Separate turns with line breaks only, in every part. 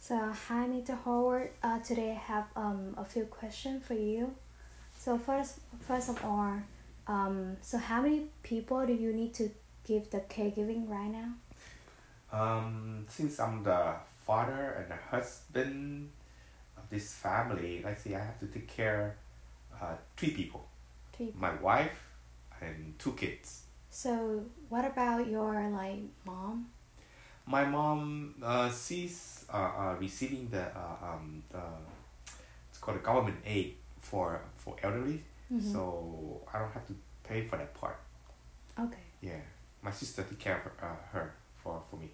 So hi, Mr. Howard. Uh, today I have um, a few questions for you. So first, first of all, um, so how many people do you need to give the caregiving right now?
Um, since I'm the father and the husband of this family, let's see, I have to take care uh, three people:
Three.
my wife and two kids.
So what about your like mom?
My mom, uh, she's uh, uh, receiving the uh, um the it's called government aid for for elderly,
Mhm.
so I don't have to pay for that part.
Okay.
Yeah, my sister take care of her, uh, her for for me.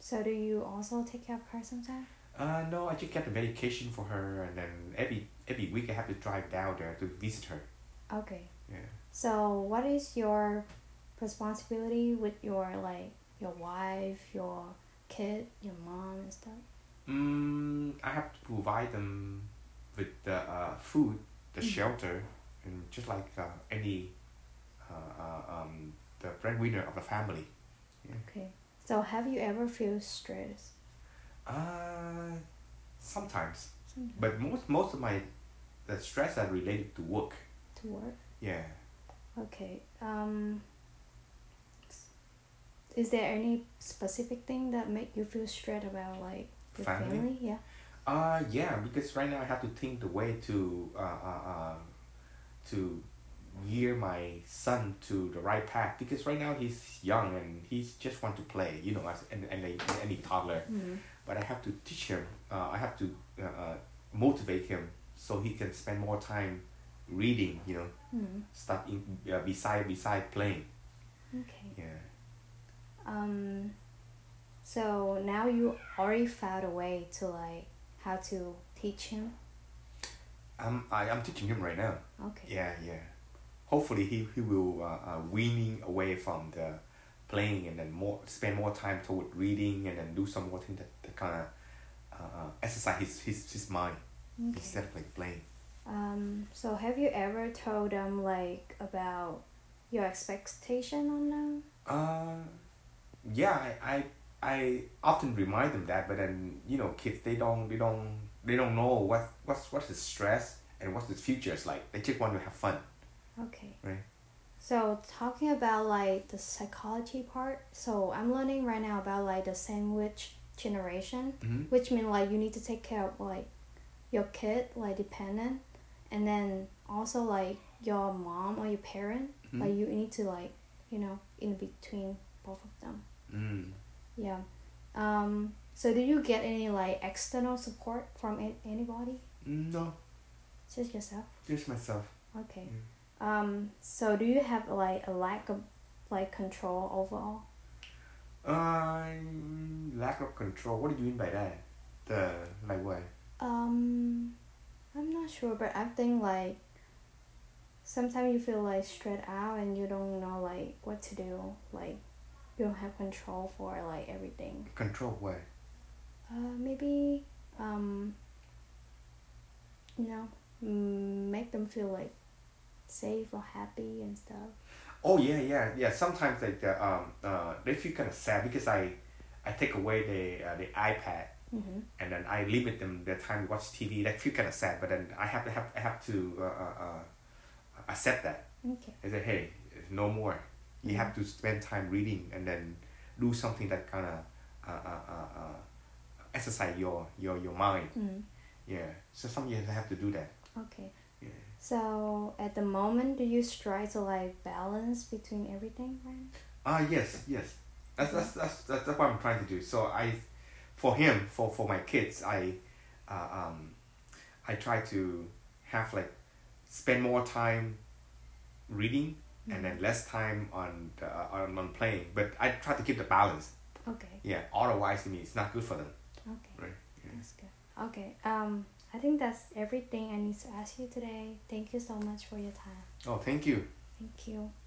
So do you also take care of her sometimes?
Uh, no, I just get the medication for her, and then every every week I have to drive down there to visit her.
Okay.
Yeah.
So what is your responsibility with your like your wife, your kid, your mom and stuff?
Mm, I have to provide them with the uh, food, the
Mhm.
shelter, and just like uh, any uh, uh, um, the breadwinner of the family.
Okay. So have you ever feel stress?
Uh, sometimes,
Sometimes
but most most of my the stress are related to work.
to work.
Yeah.
Okay. Um. Is there any specific thing that make you feel stressed about like your
Family?
family? Yeah.
Uh, yeah, because right now I have to think the way to uh, uh, uh, to gear my son to the right path because right now he's young and he's just want to play, you know, as and and any, any toddler.
Mhm.
But I have to teach him. Uh, I have to uh, uh, motivate him so he can spend more time reading, you know,
Mhm.
stuff in uh, beside beside playing.
Okay.
Yeah.
Um, so now you already found a way to like how to teach him.
I'm I, I'm teaching him right now.
Okay.
Yeah, yeah. Hopefully, he, he will uh, uh, weaning away from the playing and then more spend more time toward reading and then do some more thing that, that kind of uh, uh, exercise his, his, his mind
Okay.
instead of like playing.
Um, so have you ever told them like about your expectation on them?
Uh, yeah, I, I I often remind them that, but then you know, kids they don't they don't they don't know what what's what's the stress and what's the future is like. They just want to have fun,
Okay.
right?
So talking about like the psychology part, so I'm learning right now about like the sandwich generation.
Mm-hmm.
which mean like you need to take care of like your kid like dependent and then also like your mom or your parent
Mhm.
like you need to like you know in between both of them
Mm.
yeah um so do you get any like external support from an- anybody
Mm, No,
just yourself
just myself.
okay um so do you have like a lack of like control overall
Uh, lack of control. What do you mean by that? The like what?
Um, I'm not sure, but I think like sometimes you feel like stressed out and you don't know like what to do. Like you don't have control for like everything.
Control what?
Uh, maybe um, you know, mm, make them feel like safe or happy and stuff.
Oh yeah, yeah, yeah. Sometimes like the um uh they feel kind of sad because I, I take away the uh, the iPad
Mm-hmm.
and then I limit them their time to watch TV. They feel kind of sad, but then I have to have I have to uh, uh, uh accept that.
Okay.
I say hey, no more. You have to spend time reading and then do something that kind of uh, uh, uh, uh exercise your your your mind.
Mm.
Yeah. So some you have to do that.
Okay.
Yeah.
So at the moment, do you try to like balance between everything, right?
Ah yes, yes. That's that's, that's that's that's what I'm trying to do. So I, for him, for for my kids, I, uh, um, I try to have like, spend more time, reading, and then less time on the, on on playing. But I try to keep the balance.
Okay.
Yeah. Otherwise, I mean, it's not good for them.
Okay.
Right. Yeah.
That's good. Okay. Um, I think that's everything I need to ask you today. Thank you so much for your time.
Oh, thank you.
Thank you.